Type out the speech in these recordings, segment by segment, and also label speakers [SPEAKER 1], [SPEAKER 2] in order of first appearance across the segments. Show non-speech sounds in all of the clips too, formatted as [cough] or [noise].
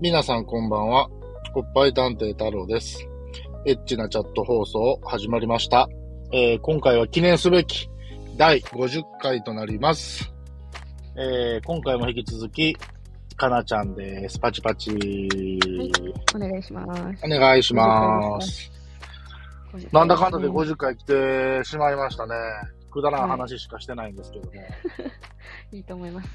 [SPEAKER 1] 皆さんこんばんは。おっぱい探偵太郎です。エッチなチャット放送始まりました。えー今回は記念すべき第50回となります。えー今回も引き続き、かなちゃんです。パチパチ。
[SPEAKER 2] お願いします
[SPEAKER 1] お。願いします。
[SPEAKER 2] 50
[SPEAKER 1] なんだかんだで50回来てしまいましたね。くだらん話しかしてないんですけどね。
[SPEAKER 2] いいと思います。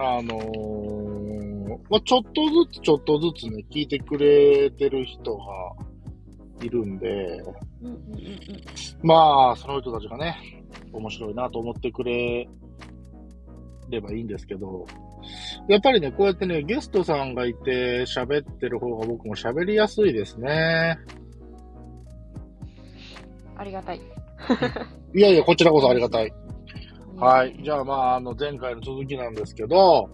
[SPEAKER 1] あのーまあ、ちょっとずつちょっとずつね、聞いてくれてる人がいるんで、
[SPEAKER 2] うんうんうんうん。
[SPEAKER 1] まあ、その人たちがね、面白いなと思ってくれればいいんですけど、やっぱりね、こうやってね、ゲストさんがいて喋ってる方が僕も喋りやすいですね。
[SPEAKER 2] ありがたい。
[SPEAKER 1] いやいや、こちらこそありがたい。はい。じゃあ、まあ、あの、前回の続きなんですけど、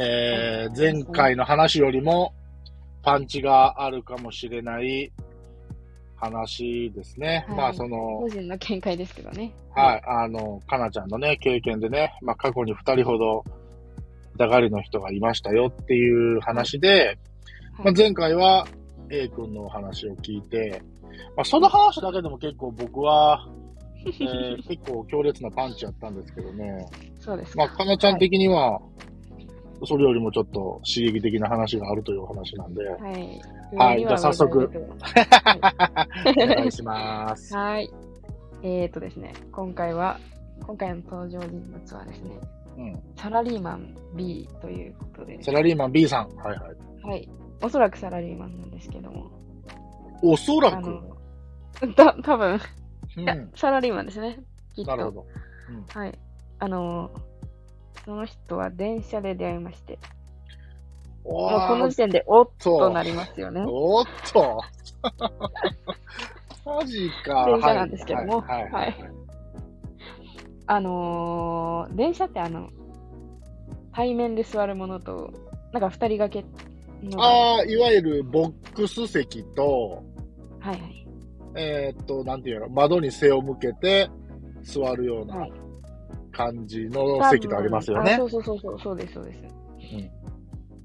[SPEAKER 1] えー、前回の話よりも、パンチがあるかもしれない話ですね。
[SPEAKER 2] はい
[SPEAKER 1] まあ、その
[SPEAKER 2] 個、人の見解ですけどね。
[SPEAKER 1] はい、あの、かなちゃんのね、経験でね、まあ、過去に二人ほど、疑りの人がいましたよっていう話で、
[SPEAKER 2] はい
[SPEAKER 1] まあ、前回は A 君のお話を聞いて、まあ、その話だけでも結構僕は、
[SPEAKER 2] [laughs]
[SPEAKER 1] えー結構強烈なパンチやったんですけどね、
[SPEAKER 2] そうです
[SPEAKER 1] まあ、
[SPEAKER 2] か。
[SPEAKER 1] かなちゃん的には、それよりもちょっと刺激的な話があるというお話なんで、
[SPEAKER 2] はい。
[SPEAKER 1] はいじゃあ早速。お願いします。
[SPEAKER 2] はい。えーとですね、今回は、今回の登場人物はですね、
[SPEAKER 1] うん、
[SPEAKER 2] サラリーマン B ということで、
[SPEAKER 1] サラリーマン B さん、はいはい。
[SPEAKER 2] はい。おそらくサラリーマンなんですけども、
[SPEAKER 1] おそら
[SPEAKER 2] あ
[SPEAKER 1] く、
[SPEAKER 2] のた多分
[SPEAKER 1] うん、
[SPEAKER 2] いや
[SPEAKER 1] な
[SPEAKER 2] サラリーマンですね。きっと
[SPEAKER 1] るほど。
[SPEAKER 2] はい。あのー、その人は電車で出会いまして、
[SPEAKER 1] お
[SPEAKER 2] もう
[SPEAKER 1] ー
[SPEAKER 2] この時点でおっ
[SPEAKER 1] そ
[SPEAKER 2] と
[SPEAKER 1] う
[SPEAKER 2] なりますよね。
[SPEAKER 1] おっ
[SPEAKER 2] [laughs]
[SPEAKER 1] とマジか。
[SPEAKER 2] 電車なんですけども
[SPEAKER 1] はい。はいはい
[SPEAKER 2] あのー、電車ってあの、対面で座るものと、なんか二人掛けのが、は
[SPEAKER 1] ああ、いわゆるボックス席と、
[SPEAKER 2] いはい。
[SPEAKER 1] えーっと、なんていうの、窓に背を向けて座るような
[SPEAKER 2] はい
[SPEAKER 1] 感じの席とありますよ
[SPEAKER 2] あ
[SPEAKER 1] ね
[SPEAKER 2] そ。うそうそうそう、そうです、そうです。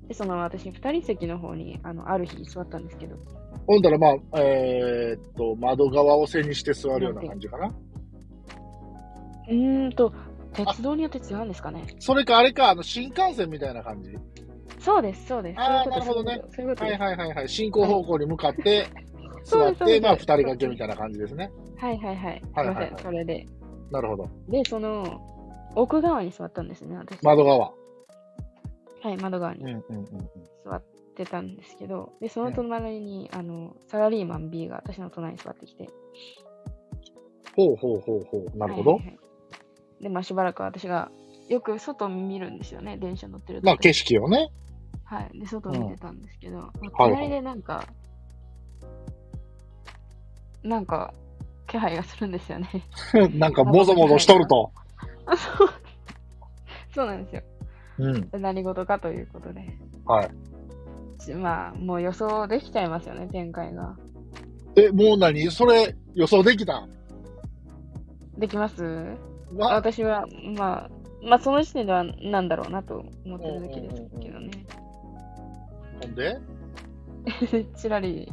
[SPEAKER 2] で、その私、二人席の方に、あの、ある日座ったんですけど、
[SPEAKER 1] ほんだら、まあ、えーっと、窓側を背にして座るような感じかな。
[SPEAKER 2] うーんと、鉄道によって違うんですかね。
[SPEAKER 1] それか、あれか、あの、新幹線みたいな感じ。
[SPEAKER 2] そうです、そうです。
[SPEAKER 1] あー
[SPEAKER 2] そういうこと
[SPEAKER 1] なるほど
[SPEAKER 2] そういうこと
[SPEAKER 1] は
[SPEAKER 2] で
[SPEAKER 1] い
[SPEAKER 2] す
[SPEAKER 1] はいはいはい。進行方向に向かって座
[SPEAKER 2] そう
[SPEAKER 1] っ
[SPEAKER 2] ですそうで
[SPEAKER 1] て、
[SPEAKER 2] す
[SPEAKER 1] まあ、二人掛けみたいな感じですね。
[SPEAKER 2] はいはいはい。すい
[SPEAKER 1] はいはい
[SPEAKER 2] ま
[SPEAKER 1] はい
[SPEAKER 2] せん、それで。
[SPEAKER 1] なるほど。
[SPEAKER 2] で、その、奥側に座ったんですね、私。
[SPEAKER 1] 窓側。
[SPEAKER 2] はい、窓側
[SPEAKER 1] う
[SPEAKER 2] に
[SPEAKER 1] んうんうん。
[SPEAKER 2] 座ってたんですけど、で、その隣に、あの、サラリーマン B が私の隣に座ってきて。
[SPEAKER 1] ほうほうほうほう。なるほど。
[SPEAKER 2] はいはいはいで、まあ、しばらく私が、よく外見るんですよね、電車乗ってると。
[SPEAKER 1] まあ、景色をね。 [laughs]
[SPEAKER 2] はい。で、外見てたんですけど、まあ
[SPEAKER 1] はい
[SPEAKER 2] 隣でなんか、なんか、気配がするんですよね。 [laughs]
[SPEAKER 1] なんか、もぞもぞしとると。
[SPEAKER 2] そうなんですよ。
[SPEAKER 1] うん。
[SPEAKER 2] で何事かということで。
[SPEAKER 1] はい。
[SPEAKER 2] ちまあ、もう予想できちゃいますよね、展開が。
[SPEAKER 1] え、もう何それ、予想できた
[SPEAKER 2] できます
[SPEAKER 1] わ
[SPEAKER 2] 私は、まあ、まあ、その時点ではなんだろうなと思ってるだけですけど
[SPEAKER 1] ほんで
[SPEAKER 2] ね。 [laughs] ちらり、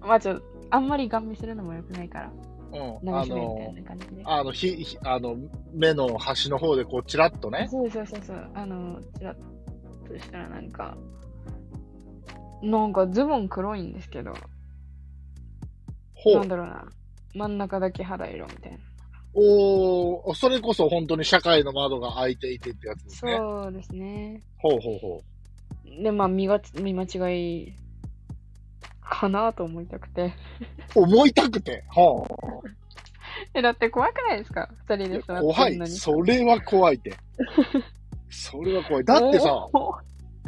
[SPEAKER 2] まあちょっと、あんまりガン見するのも良くないから、
[SPEAKER 1] うん。
[SPEAKER 2] 流
[SPEAKER 1] あ
[SPEAKER 2] し目みた
[SPEAKER 1] の
[SPEAKER 2] い、な感じで。
[SPEAKER 1] あの、ひ、ひあの、目の端の方で、こう、チラッとね。
[SPEAKER 2] そうそうそうそう、あの、ちらっとしたらなんか、なんかズボン黒いんですけど、
[SPEAKER 1] ほ
[SPEAKER 2] なん
[SPEAKER 1] う。
[SPEAKER 2] だろうな、真ん中だけ肌色みたいな。
[SPEAKER 1] おーそれこそ本当に社会の窓が開いていてってやつですね。
[SPEAKER 2] そうですね。
[SPEAKER 1] ほうほうほ
[SPEAKER 2] で、まあ見がち、見間違いかなと思いたくて。
[SPEAKER 1] う。思いたくて。ほう。
[SPEAKER 2] [laughs] え、だって怖くないですか二人で座っ
[SPEAKER 1] 怖
[SPEAKER 2] てるの
[SPEAKER 1] い。
[SPEAKER 2] に。
[SPEAKER 1] それは怖
[SPEAKER 2] [laughs]
[SPEAKER 1] いって。それは怖い。だってさ、
[SPEAKER 2] おー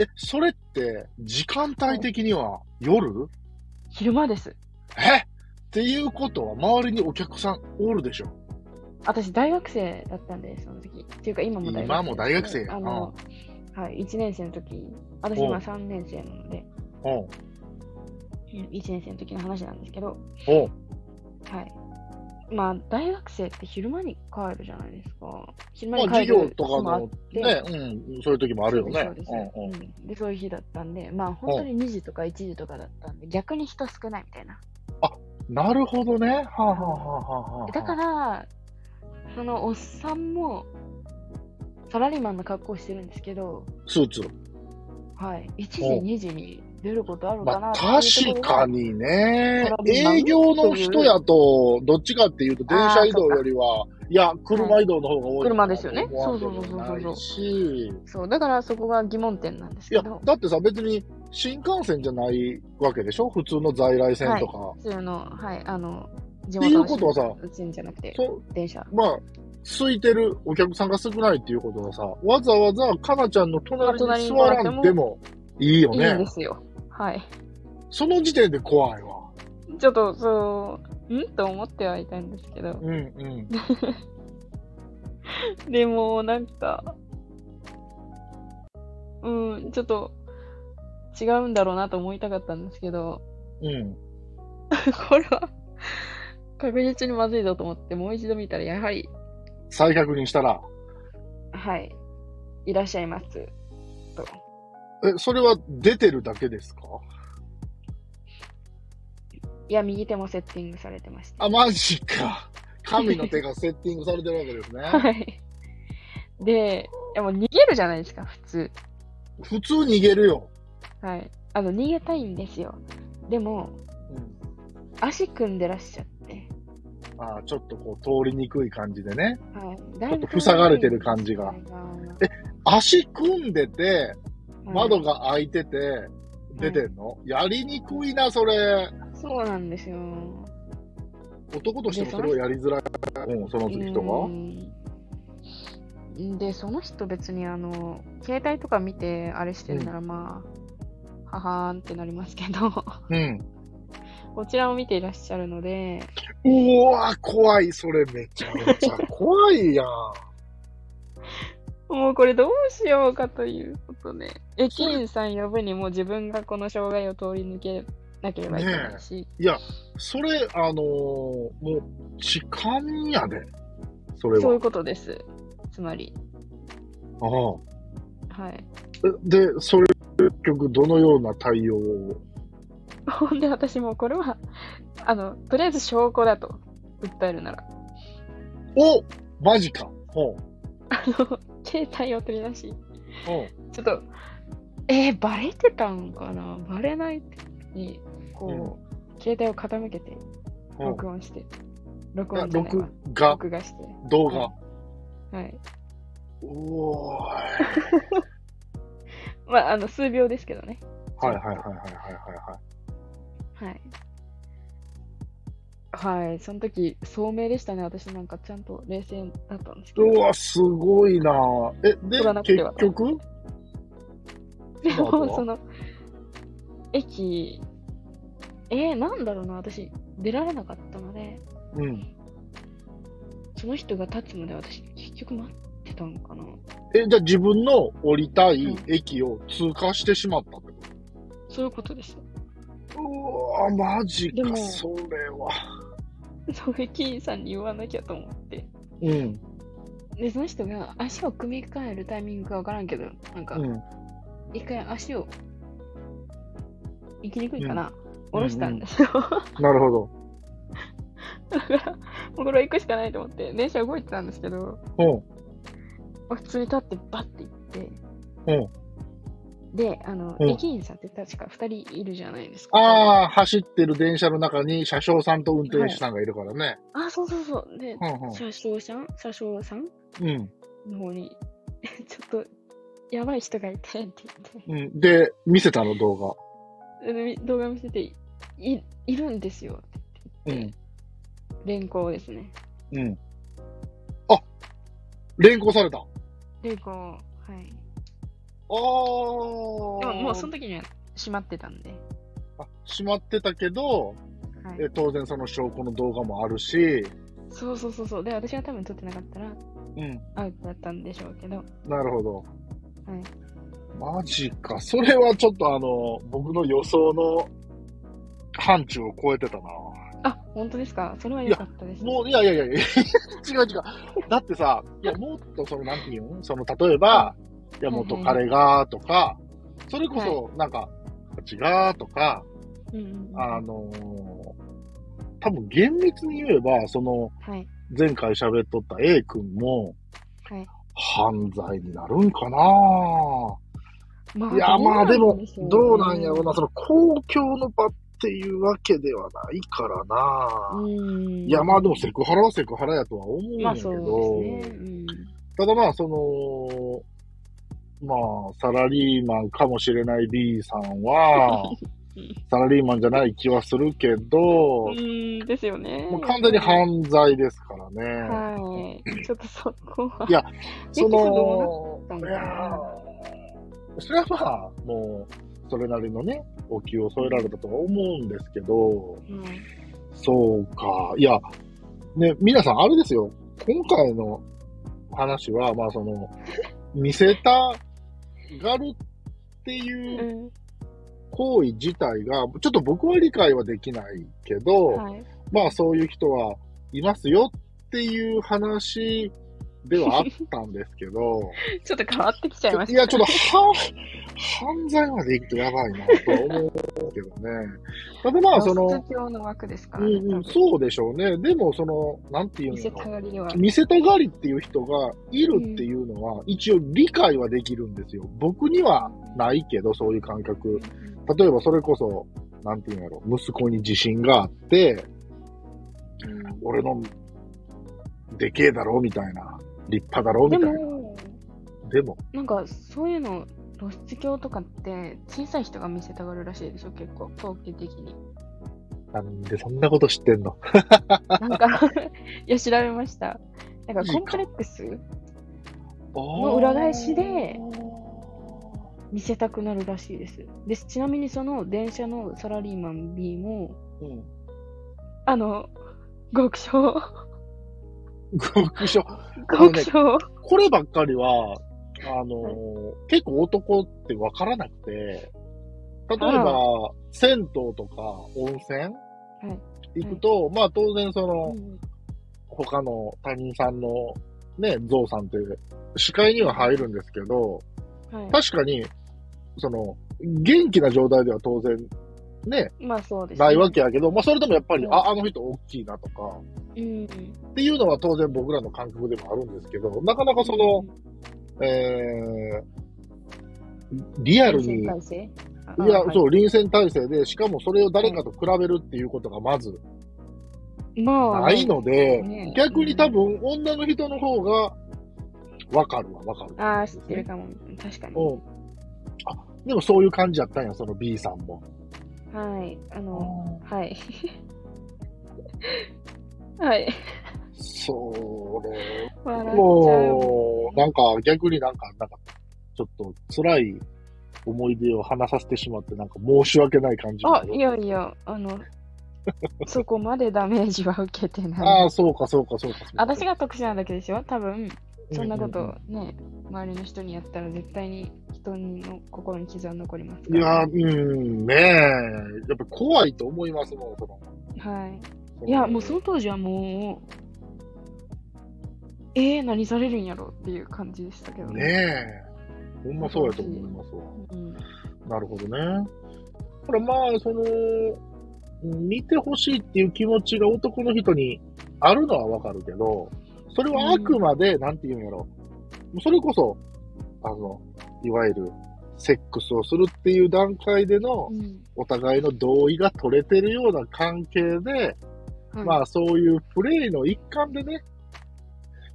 [SPEAKER 1] え、それって、時間帯的には夜
[SPEAKER 2] 昼間です。
[SPEAKER 1] えっていうことは、周りにお客さんおるでしょ。
[SPEAKER 2] 私、大学生だったんで、その時。っていうか、今も大学生。
[SPEAKER 1] 今も大学生や
[SPEAKER 2] あの、はい、1年生の時。私、
[SPEAKER 1] おう
[SPEAKER 2] 今3年生なので、
[SPEAKER 1] うん。
[SPEAKER 2] 1年生の時の話なんですけど、
[SPEAKER 1] おう
[SPEAKER 2] はい。まあ、大学生って昼間に帰るじゃないですか。昼
[SPEAKER 1] ま
[SPEAKER 2] 間
[SPEAKER 1] あ、
[SPEAKER 2] に
[SPEAKER 1] 授
[SPEAKER 2] 帰
[SPEAKER 1] 業
[SPEAKER 2] る
[SPEAKER 1] と
[SPEAKER 2] 日
[SPEAKER 1] か
[SPEAKER 2] もあっ
[SPEAKER 1] のね、うん、そういう時もあるよね。
[SPEAKER 2] そうですそうです
[SPEAKER 1] うんうん
[SPEAKER 2] うんで、そういう日だったんで、まあ、本当に2時とか1時とかだったんで、逆に人少ないみたいな。
[SPEAKER 1] なるほどね。はあ、はあはあはあ、
[SPEAKER 2] だから、そのおっさんも、サラリーマンの格好してるんですけど、
[SPEAKER 1] スーツ。
[SPEAKER 2] はい、1時、
[SPEAKER 1] お
[SPEAKER 2] 2時に出ることある
[SPEAKER 1] ま
[SPEAKER 2] かな
[SPEAKER 1] あ、
[SPEAKER 2] っていう
[SPEAKER 1] 確
[SPEAKER 2] ところ
[SPEAKER 1] か
[SPEAKER 2] が
[SPEAKER 1] にね
[SPEAKER 2] サラ。リーマン
[SPEAKER 1] 営業の人やと、どっちかっていうと、電車移動よりは、いや、車移動の方が多い
[SPEAKER 2] 車ですよね
[SPEAKER 1] 思わんでも
[SPEAKER 2] そうそうそうそうそう
[SPEAKER 1] ないし、
[SPEAKER 2] そう、だからそこが疑問点なんです
[SPEAKER 1] いや
[SPEAKER 2] けど、、
[SPEAKER 1] だってさ、別に新幹線じゃないわけでしょ普通の在来線とか。
[SPEAKER 2] そういうの、はい、あの、地
[SPEAKER 1] っていうことはさ
[SPEAKER 2] うちんじゃなくて、
[SPEAKER 1] そう、
[SPEAKER 2] 電車。
[SPEAKER 1] まあ、空いてるお客さんが少ないっていうことはさ、わざわざかなちゃんの隣に座らんでもいいよ
[SPEAKER 2] いいんで
[SPEAKER 1] ね。
[SPEAKER 2] すよ。はい。
[SPEAKER 1] その時点で怖いわ。
[SPEAKER 2] ちょっと、そう、んと思ってはいたんですけど、
[SPEAKER 1] うんうん。
[SPEAKER 2] でも、なんか、うん、ちょっと、違うんだろうなと思いたかったんですけど、 [laughs]
[SPEAKER 1] うん。
[SPEAKER 2] これは、確実にまずいぞと思って、もう一度見たら、やはり、
[SPEAKER 1] 再確認したら、
[SPEAKER 2] はい、いらっしゃいます。と。
[SPEAKER 1] え、それは出てるだけですか
[SPEAKER 2] いや、右手もセッティングされてました。
[SPEAKER 1] あ、マジ
[SPEAKER 2] [laughs]
[SPEAKER 1] か。神の手がセッティングされてるわけですね。
[SPEAKER 2] はい。で、いやもう逃げるじゃないですか、普通。
[SPEAKER 1] 普通逃げるよ。
[SPEAKER 2] はい。あの、逃げたいんですよ。でも、
[SPEAKER 1] うん。
[SPEAKER 2] 足組んでらっしゃって。
[SPEAKER 1] あーちょっとこう通りにくい感じでね。
[SPEAKER 2] はい。だいぶ
[SPEAKER 1] ちょっと塞がれてる感じが
[SPEAKER 2] え、
[SPEAKER 1] 足組んで
[SPEAKER 2] は
[SPEAKER 1] て、
[SPEAKER 2] い
[SPEAKER 1] 窓が開いてて、出てんの、やりにくいな、それ。
[SPEAKER 2] そうなんですよ。
[SPEAKER 1] 男としてもそれはやりづらい。うん、その人
[SPEAKER 2] う
[SPEAKER 1] が。
[SPEAKER 2] んで、その人別にあの、携帯とか見てあれしてるならまあ、ははーんってなりますけど、 [laughs]
[SPEAKER 1] うん。
[SPEAKER 2] こちらを見ていらっしゃるので、
[SPEAKER 1] うわ、怖い。それめちゃめちゃ怖いやん。
[SPEAKER 2] もうこれどうしようかということで、駅員さん呼ぶにも自分がこの障害を通り抜けなければいけないし、
[SPEAKER 1] それ、あのーもう、痴漢やで。それ
[SPEAKER 2] そうい
[SPEAKER 1] は。
[SPEAKER 2] うことです。つまり、
[SPEAKER 1] ああ
[SPEAKER 2] はい。 [laughs]
[SPEAKER 1] で、それ、結局、どのような対応を。
[SPEAKER 2] ほんで私もこれは、あの、とりあえず証拠だと、訴えるなら。
[SPEAKER 1] おマジか。ほう。
[SPEAKER 2] あの、携帯を取り出し、
[SPEAKER 1] ほ
[SPEAKER 2] ちょっと、えー、バレてたんかなバレないに、こう、携帯を傾けて、
[SPEAKER 1] う。ほ
[SPEAKER 2] 録音して、録
[SPEAKER 1] う。
[SPEAKER 2] 音じゃない
[SPEAKER 1] 録
[SPEAKER 2] わ
[SPEAKER 1] 画、
[SPEAKER 2] 録画して、
[SPEAKER 1] 動画。
[SPEAKER 2] はい。
[SPEAKER 1] おーい。
[SPEAKER 2] まあ、あの、数秒ですけどね。
[SPEAKER 1] はいはいはいはいはいは
[SPEAKER 2] はい。はい、その時、聡明でしたね。私なんかちゃんと冷静だったんですけ
[SPEAKER 1] い。う
[SPEAKER 2] [laughs] ど。
[SPEAKER 1] わ、すごいなえ、で
[SPEAKER 2] 取らな、くて
[SPEAKER 1] 結
[SPEAKER 2] は
[SPEAKER 1] 局
[SPEAKER 2] で
[SPEAKER 1] その後
[SPEAKER 2] も、
[SPEAKER 1] は
[SPEAKER 2] その、駅、えー、なんだろうな、私、出られなかったので、
[SPEAKER 1] うん。
[SPEAKER 2] その人が立つまで私、結局待ってたんかな。
[SPEAKER 1] え、じゃあ自分の降りたい
[SPEAKER 2] うん
[SPEAKER 1] 駅を通過してしまったってこ
[SPEAKER 2] そういうことです。
[SPEAKER 1] とうわ、マジ
[SPEAKER 2] で
[SPEAKER 1] か、
[SPEAKER 2] も
[SPEAKER 1] それは。
[SPEAKER 2] そう駅員さんに言わなきゃと思って。
[SPEAKER 1] うん。
[SPEAKER 2] で、その人が足を組み替えるタイミングかわからんけど、なんか
[SPEAKER 1] う、ん。
[SPEAKER 2] 一回足を、行きにくいかな、
[SPEAKER 1] うん
[SPEAKER 2] 下ろしたんですよ。
[SPEAKER 1] なるほど。
[SPEAKER 2] [laughs] だから、もうこれは行くしかないと思って、電車動いてたんですけど、
[SPEAKER 1] ほ
[SPEAKER 2] 普通に立ってバッて行って、
[SPEAKER 1] うん
[SPEAKER 2] で、あの、
[SPEAKER 1] うん
[SPEAKER 2] 駅員さんって確か2人いるじゃないです
[SPEAKER 1] う。
[SPEAKER 2] か。
[SPEAKER 1] ああ、走ってる電車の中に車掌さんと運転手さんがいるからね。
[SPEAKER 2] あ、そうそうそう。で、
[SPEAKER 1] うんうん
[SPEAKER 2] 車掌さん車掌さん
[SPEAKER 1] うん。
[SPEAKER 2] の方に、 [laughs] ちょっと、やばい人がいて、って言
[SPEAKER 1] うん。で、見せたの動画。
[SPEAKER 2] ってで、動画見せて、い、いるんですよ。
[SPEAKER 1] うん。
[SPEAKER 2] 連行ですね。
[SPEAKER 1] うん。あ連行された。あ
[SPEAKER 2] 連行、はい。
[SPEAKER 1] あ。
[SPEAKER 2] でも、もうその時には閉まってたんで、
[SPEAKER 1] あ閉まってたけど、
[SPEAKER 2] はい。
[SPEAKER 1] え当然その証拠の動画もあるし、
[SPEAKER 2] そうそうそうそう。で、私が多分撮ってなかったら、
[SPEAKER 1] うん。
[SPEAKER 2] アウトだったんでしょうけど、
[SPEAKER 1] なるほど。
[SPEAKER 2] はい。
[SPEAKER 1] マジか。それはちょっとあの、僕の予想の範疇を超えてたな。
[SPEAKER 2] あ、本当ですかそれは良かったです、ね。
[SPEAKER 1] もう、いやいやいやい [laughs] や、違う違う。だってさ、いや、もっとその、なんていうのその、例えば、いや、元彼が、とか、それこそ、なんか、こっちが、とか、
[SPEAKER 2] うんうん、
[SPEAKER 1] あのー多分厳密に言えば、その、
[SPEAKER 2] はい。
[SPEAKER 1] 前回喋っとった A 君も、
[SPEAKER 2] はい
[SPEAKER 1] 犯罪になるんかな
[SPEAKER 2] ま
[SPEAKER 1] いや、まあでも、どうなんやろうな、そ
[SPEAKER 2] の。
[SPEAKER 1] の公共の場っていうわけではないからな、
[SPEAKER 2] うん。
[SPEAKER 1] いや、まあでもセクハラはセクハラやとは思うん
[SPEAKER 2] ま
[SPEAKER 1] や
[SPEAKER 2] あ
[SPEAKER 1] け
[SPEAKER 2] そ
[SPEAKER 1] ど、
[SPEAKER 2] うですね。うん。
[SPEAKER 1] ただまあ、その、まあ、サラリーマンかもしれない B さん
[SPEAKER 2] [laughs]
[SPEAKER 1] は、サラリーマンじゃない気はするけど、
[SPEAKER 2] うん、ですよね。
[SPEAKER 1] もう完全に犯罪ですからね。
[SPEAKER 2] はい。ちょっとそこは。
[SPEAKER 1] いや、そ
[SPEAKER 2] どうな
[SPEAKER 1] の、
[SPEAKER 2] ったん
[SPEAKER 1] い
[SPEAKER 2] だ
[SPEAKER 1] やーそれはまあ、もう、それなりのね、お給を添えられたとは思うんですけど、
[SPEAKER 2] うん、
[SPEAKER 1] そうか。いや、ね、皆さん、あれですよ。今回の話は、まあ、その、見せたがるっていう
[SPEAKER 2] うん
[SPEAKER 1] 行為自体が、ちょっと僕は理解はできないけど、
[SPEAKER 2] はい。
[SPEAKER 1] まあ、そういう人はいますよっていう話ではあったんですけど、
[SPEAKER 2] ちょっと変わってきちゃいました。
[SPEAKER 1] いや、ちょっと、は、犯罪まで行くとやばいな、とは思うんですけどね。ただまあ、その、
[SPEAKER 2] 教の枠ですから
[SPEAKER 1] う
[SPEAKER 2] ね。
[SPEAKER 1] んう
[SPEAKER 2] 多
[SPEAKER 1] ん、
[SPEAKER 2] 分
[SPEAKER 1] そうでしょうね。でも、その、なんていう
[SPEAKER 2] 見せ
[SPEAKER 1] の
[SPEAKER 2] た
[SPEAKER 1] かな
[SPEAKER 2] がりでは。
[SPEAKER 1] 見せたがりっていう人がいるっていうのは、一応理解はできるんですよ。僕にはないけど、そういう感覚。例えば、それこそ、なんていうんやろ、息子に自信があって、俺の、でけえだろ、みたいな。立派だろ、み
[SPEAKER 2] で
[SPEAKER 1] たいな。
[SPEAKER 2] も、
[SPEAKER 1] でも、
[SPEAKER 2] なんかそういうの、露出鏡とかって小さい人が見せたがるらしいでしょ、結構、統計的に。
[SPEAKER 1] なんでそんなこと知ってんの
[SPEAKER 2] なんか、 [laughs] いや、調べました。なんかコンプレックスの裏返しで見せたくなるらしいです。で、ちなみにその電車のサラリーマン B も、
[SPEAKER 1] うん、 [laughs]
[SPEAKER 2] あの、極小、
[SPEAKER 1] 極小。のね
[SPEAKER 2] 極小。
[SPEAKER 1] こればっかりは、あのー結構男ってわからなくて、例えば、銭湯とか温泉
[SPEAKER 2] はい
[SPEAKER 1] 行くと、まあ当然その、
[SPEAKER 2] うん
[SPEAKER 1] 他の他人さんの、ね、ゾウさんって視界には入るんですけど、
[SPEAKER 2] は
[SPEAKER 1] 確かに、その、元気な状態では当然、ね、
[SPEAKER 2] い、まあそうですね、
[SPEAKER 1] ないわけやけど、まあそれでもやっぱり、
[SPEAKER 2] うん
[SPEAKER 1] あ、あの人大きいなとか、
[SPEAKER 2] うん。
[SPEAKER 1] っていうのは当然僕らの感覚でもあるんですけど、なかなかその、えー、リアルに、い
[SPEAKER 2] 新
[SPEAKER 1] や、
[SPEAKER 2] 体制
[SPEAKER 1] そう、臨戦態勢で、しかもそれを誰かと比べるっていうことがまず
[SPEAKER 2] う、まあ、
[SPEAKER 1] ないので、
[SPEAKER 2] ね
[SPEAKER 1] 逆に多分女の人の方が、わかるわ、わかる。
[SPEAKER 2] ああ、知ってるかも。確かに。
[SPEAKER 1] うん。あ、でもそういう感じやったんや、その B さんも。
[SPEAKER 2] はい。あの、はい。 [laughs] はい。
[SPEAKER 1] それ
[SPEAKER 2] 笑っちゃう。
[SPEAKER 1] もう、なんか逆になんか、なんか、ちょっと辛い思い出を話させてしまって、なんか申し訳ない感じ
[SPEAKER 2] あ、
[SPEAKER 1] に
[SPEAKER 2] い
[SPEAKER 1] なる
[SPEAKER 2] やいや、あの、そこまでダメージは受けてない。
[SPEAKER 1] ああ、そうか、そうか、そうか。そうか
[SPEAKER 2] 私、が特殊なだけでしょ多分、そんなこ
[SPEAKER 1] うう
[SPEAKER 2] とね、周りの人にやったら絶対に人の心に傷は残ります
[SPEAKER 1] うん。
[SPEAKER 2] か
[SPEAKER 1] いや
[SPEAKER 2] ら。
[SPEAKER 1] ー、うん、ねえ。やっぱ怖いと思いますもん、その。
[SPEAKER 2] はい。
[SPEAKER 1] その
[SPEAKER 2] いや、もうその当時はもう、えー、何されるんやろっていう感じでしたけどね。
[SPEAKER 1] ねえ。ほんまそうやと思いますわ。
[SPEAKER 2] うん
[SPEAKER 1] なるほどね。ほら、まあ、その、見てほしいっていう気持ちが男の人にあるのはわかるけど、それはあくまで、なんていうんやろ。それこそ、あの、いわゆる、セックスをするっていう段階での
[SPEAKER 2] う、ん
[SPEAKER 1] お互いの同意が取れてるような関係で、
[SPEAKER 2] はい
[SPEAKER 1] まあ、そういうプレイの一環でね、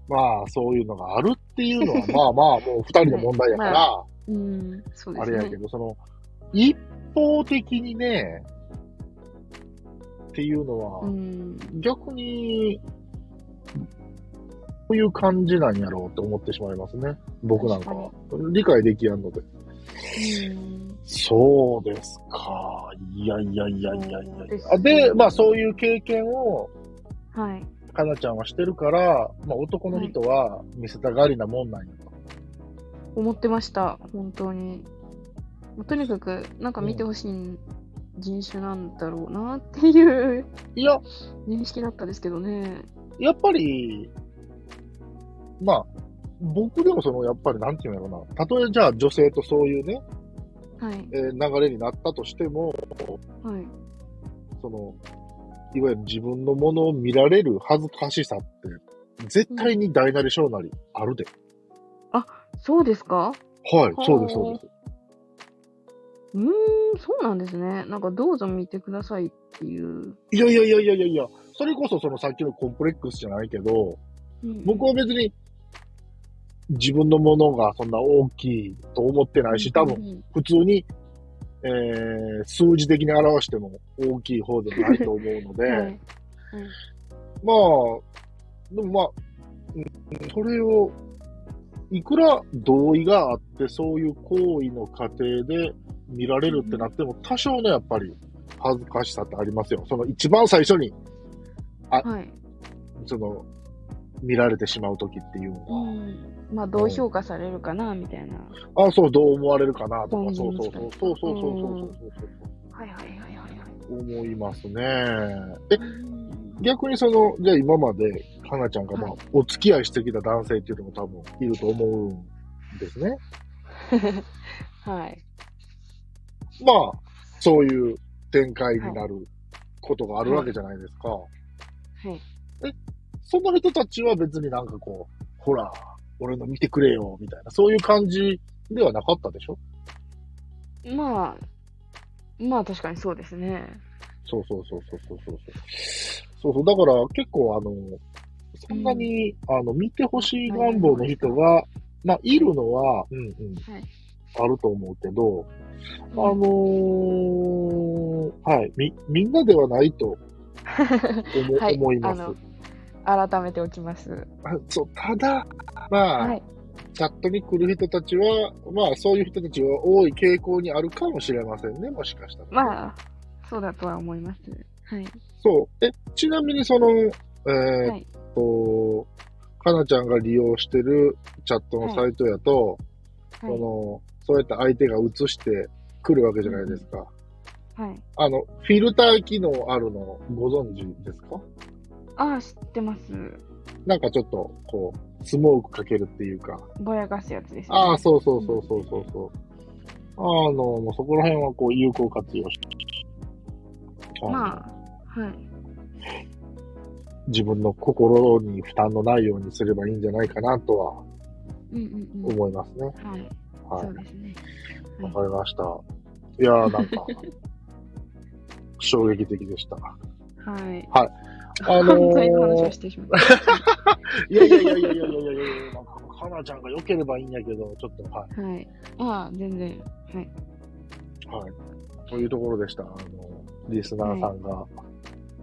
[SPEAKER 1] まあ、そういうのがあるっていうのは、まあまあ、もう二人の問題やから、
[SPEAKER 2] うん、そうで
[SPEAKER 1] あ
[SPEAKER 2] す
[SPEAKER 1] れ
[SPEAKER 2] ね。
[SPEAKER 1] やけど、その、一方的にね、っていうのは、
[SPEAKER 2] うん、
[SPEAKER 1] 逆に、こういう感じなんやろうと思ってしまいますね。僕なんかは。理解できやんので。
[SPEAKER 2] うん
[SPEAKER 1] そうですか。いやいやいやい
[SPEAKER 2] そうで
[SPEAKER 1] やいやいや。
[SPEAKER 2] すね
[SPEAKER 1] で、まあそういう経験を、
[SPEAKER 2] はい。
[SPEAKER 1] かなちゃんはしてるから、まあ男の人は見せたがりなもんなんやと。
[SPEAKER 2] 思ってました、本当に。とにかく、なんか見てほしいん人種なんだろうなっていう
[SPEAKER 1] いや、
[SPEAKER 2] 認識だったんですけどね。
[SPEAKER 1] やっぱり、まあ、僕でもその、やっぱりなんていうのやろな。たとえじゃあ女性とそういうね、
[SPEAKER 2] はい
[SPEAKER 1] え。ー流れになったとしても、
[SPEAKER 2] はい。
[SPEAKER 1] その、いわゆる自分のものを見られる恥ずかしさって、絶対に大なり小なりあるで。
[SPEAKER 2] そうですか
[SPEAKER 1] はい
[SPEAKER 2] は、い
[SPEAKER 1] そうです、そうです。
[SPEAKER 2] うーん、そうなんですね。なんか、どうぞ見てくださいっていう。
[SPEAKER 1] いやいやいやいやいやいや、それこそそのさっきのコンプレックスじゃないけど、
[SPEAKER 2] うん
[SPEAKER 1] 僕は別に自分のものがそんな大きいと思ってないし、多分
[SPEAKER 2] 分。
[SPEAKER 1] 普通に、えー、数字的に表しても大きい方ではないと思うの
[SPEAKER 2] [laughs]
[SPEAKER 1] で、
[SPEAKER 2] はい。
[SPEAKER 1] まあ、でもまあ、うんそれを、いくら同意があって、そういう行為の過程で見られるってなっても、多少のやっぱり恥ずかしさってありますよ。その一番最初に、
[SPEAKER 2] はい。
[SPEAKER 1] その、見られてしまうときっていうの
[SPEAKER 2] う
[SPEAKER 1] は、
[SPEAKER 2] ん。まあ、どう評価されるかな、みたいな。
[SPEAKER 1] あそう、どう思われるかなと
[SPEAKER 2] う
[SPEAKER 1] か、
[SPEAKER 2] ん
[SPEAKER 1] そうそうそう、そうそうそうそうそう
[SPEAKER 2] はいはいはいはいはい。
[SPEAKER 1] そう、思いますね。え、
[SPEAKER 2] うん
[SPEAKER 1] 逆にその、じゃあ今まで、かなちゃんが、まあ
[SPEAKER 2] は、
[SPEAKER 1] お付き合いしてきた男性っていうのも多分いると思うんですね。
[SPEAKER 2] はい。
[SPEAKER 1] まあ、そういう展開になることがあるわけじゃないですか。
[SPEAKER 2] はい。
[SPEAKER 1] その人たちは別になんかこう、ほら、俺の見てくれよ、みたいな、そういう感じではなかったでしょ
[SPEAKER 2] まあ、まあ確かにそうですね。
[SPEAKER 1] そうそうそうそうそうそう。そうそう、だから結構あの、そんなに、あの、見てほしい願望の人が、まあ、いるのは、うんうん、
[SPEAKER 2] はい
[SPEAKER 1] あると思うけど、
[SPEAKER 2] あ
[SPEAKER 1] あのーはい、み、みんなではないと思,、
[SPEAKER 2] [laughs] はい
[SPEAKER 1] 思います
[SPEAKER 2] あ。の改めておきます。
[SPEAKER 1] あそう、ただ、まあ、
[SPEAKER 2] はい。
[SPEAKER 1] チャットに来る人たちは、まあ、そういう人たちが多い傾向にあるかもしれませんね、もしかしたら。
[SPEAKER 2] まあ、そうだとは思います。はい。
[SPEAKER 1] そう。え、ちなみにその、えー
[SPEAKER 2] はい
[SPEAKER 1] っと、かなちゃんが利用してるチャットのサイトやと、
[SPEAKER 2] は
[SPEAKER 1] そ
[SPEAKER 2] い。
[SPEAKER 1] の、そうやって相手が映してくるわけじゃないですか。
[SPEAKER 2] はい、
[SPEAKER 1] あの、フィルター機能あるのご存知ですか
[SPEAKER 2] ああ、知ってます。
[SPEAKER 1] なんかちょっと、こう、スモークかけるっていうか。
[SPEAKER 2] ぼやかすやつです、ね。
[SPEAKER 1] ああ、そうそうそうそうそうそう。あの、もうそこら辺はこう有効活用して、あの
[SPEAKER 2] まあ、はい。
[SPEAKER 1] 自分の心に負担のないようにすればいいんじゃないかなとは
[SPEAKER 2] うんうんうん。
[SPEAKER 1] 思いますね。
[SPEAKER 2] はい。
[SPEAKER 1] は
[SPEAKER 2] そう
[SPEAKER 1] い。
[SPEAKER 2] ですね。
[SPEAKER 1] わかりました。いやーなんか、衝撃的でした。
[SPEAKER 2] はい。
[SPEAKER 1] はい。あ
[SPEAKER 2] あ
[SPEAKER 1] の
[SPEAKER 2] の [laughs] 犯
[SPEAKER 1] ー
[SPEAKER 2] 罪の話をしてしまった。
[SPEAKER 1] いやいやいやいやいやいやいやいやなんか、かなちゃんが良ければいいんやけど、ちょっと、はい。
[SPEAKER 2] はい。ああ、全然。はい。
[SPEAKER 1] はい。というところでした。あの、リスナーさんが。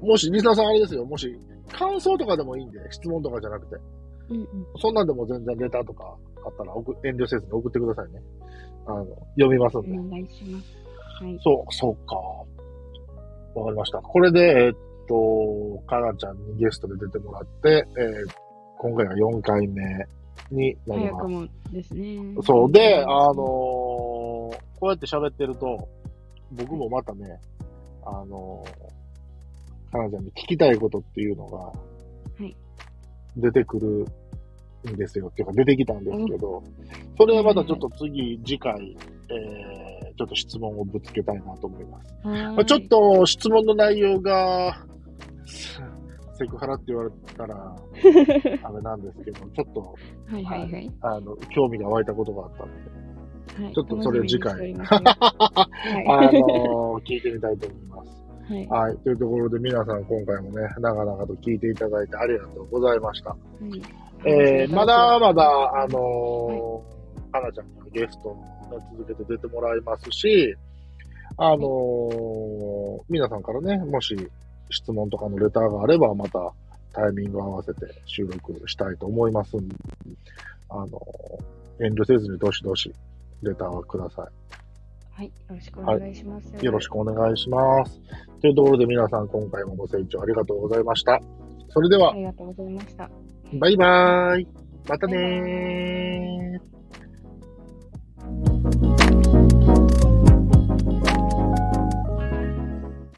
[SPEAKER 1] もし、リスナーさんあれですよ。もし、感想とかでもいいんで、質問とかじゃなくて、
[SPEAKER 2] うんうん。
[SPEAKER 1] そんなんでも全然レターとかあったら送、遠慮せずに送ってくださいね。あの、読みますんで。
[SPEAKER 2] お願いします。はい。
[SPEAKER 1] そう、そうか。わかりました。これで、えっと、かなちゃんにゲストで出てもらって、えー今回が4回目になり
[SPEAKER 2] 早
[SPEAKER 1] ま
[SPEAKER 2] くもですね。
[SPEAKER 1] す。そう。で、あのー、こうやって喋ってると、僕もまたね、あのー、かなちゃんに聞きたいことっていうのが
[SPEAKER 2] い、
[SPEAKER 1] 出てくるんですよ。っていうか、出てきたんですけど、それはまたちょっと次、次回、えー、ちょっと質問をぶつけたいなと思います。
[SPEAKER 2] は
[SPEAKER 1] まあ、
[SPEAKER 2] い
[SPEAKER 1] ちょっと質問の内容が、セクハラって言われた [laughs] ら、あれなんですけど、ちょっと、
[SPEAKER 2] はいはいはい。
[SPEAKER 1] あの、興味が湧いたことがあったんで、
[SPEAKER 2] はい
[SPEAKER 1] ちょっとそれ次回
[SPEAKER 2] 楽しみ
[SPEAKER 1] [laughs]
[SPEAKER 2] にしておりますよ
[SPEAKER 1] あ
[SPEAKER 2] は
[SPEAKER 1] の
[SPEAKER 2] い。
[SPEAKER 1] [laughs] 聞いてみたいと思います。
[SPEAKER 2] はい。は
[SPEAKER 1] はい。というところで皆さん今回もね、長々と聞いていただいてありがとうございました。
[SPEAKER 2] い
[SPEAKER 1] えー、まだまだ、あのー
[SPEAKER 2] は
[SPEAKER 1] かなちゃんのゲストが続けて出てもらいますし、あのー皆さんからね、もし質問とかのレターがあれば、またタイミングを合わせて収録したいと思いますんで、あのー遠慮せずにどしどしレターをくださ
[SPEAKER 2] はい。よろしくお願いします。
[SPEAKER 1] い。よろしくお願いします。というところで皆さん今回もご清聴ありがとうございました。それでは
[SPEAKER 2] あ、りがとうございました。
[SPEAKER 1] バイバーイ。またねー。
[SPEAKER 2] バイバーイ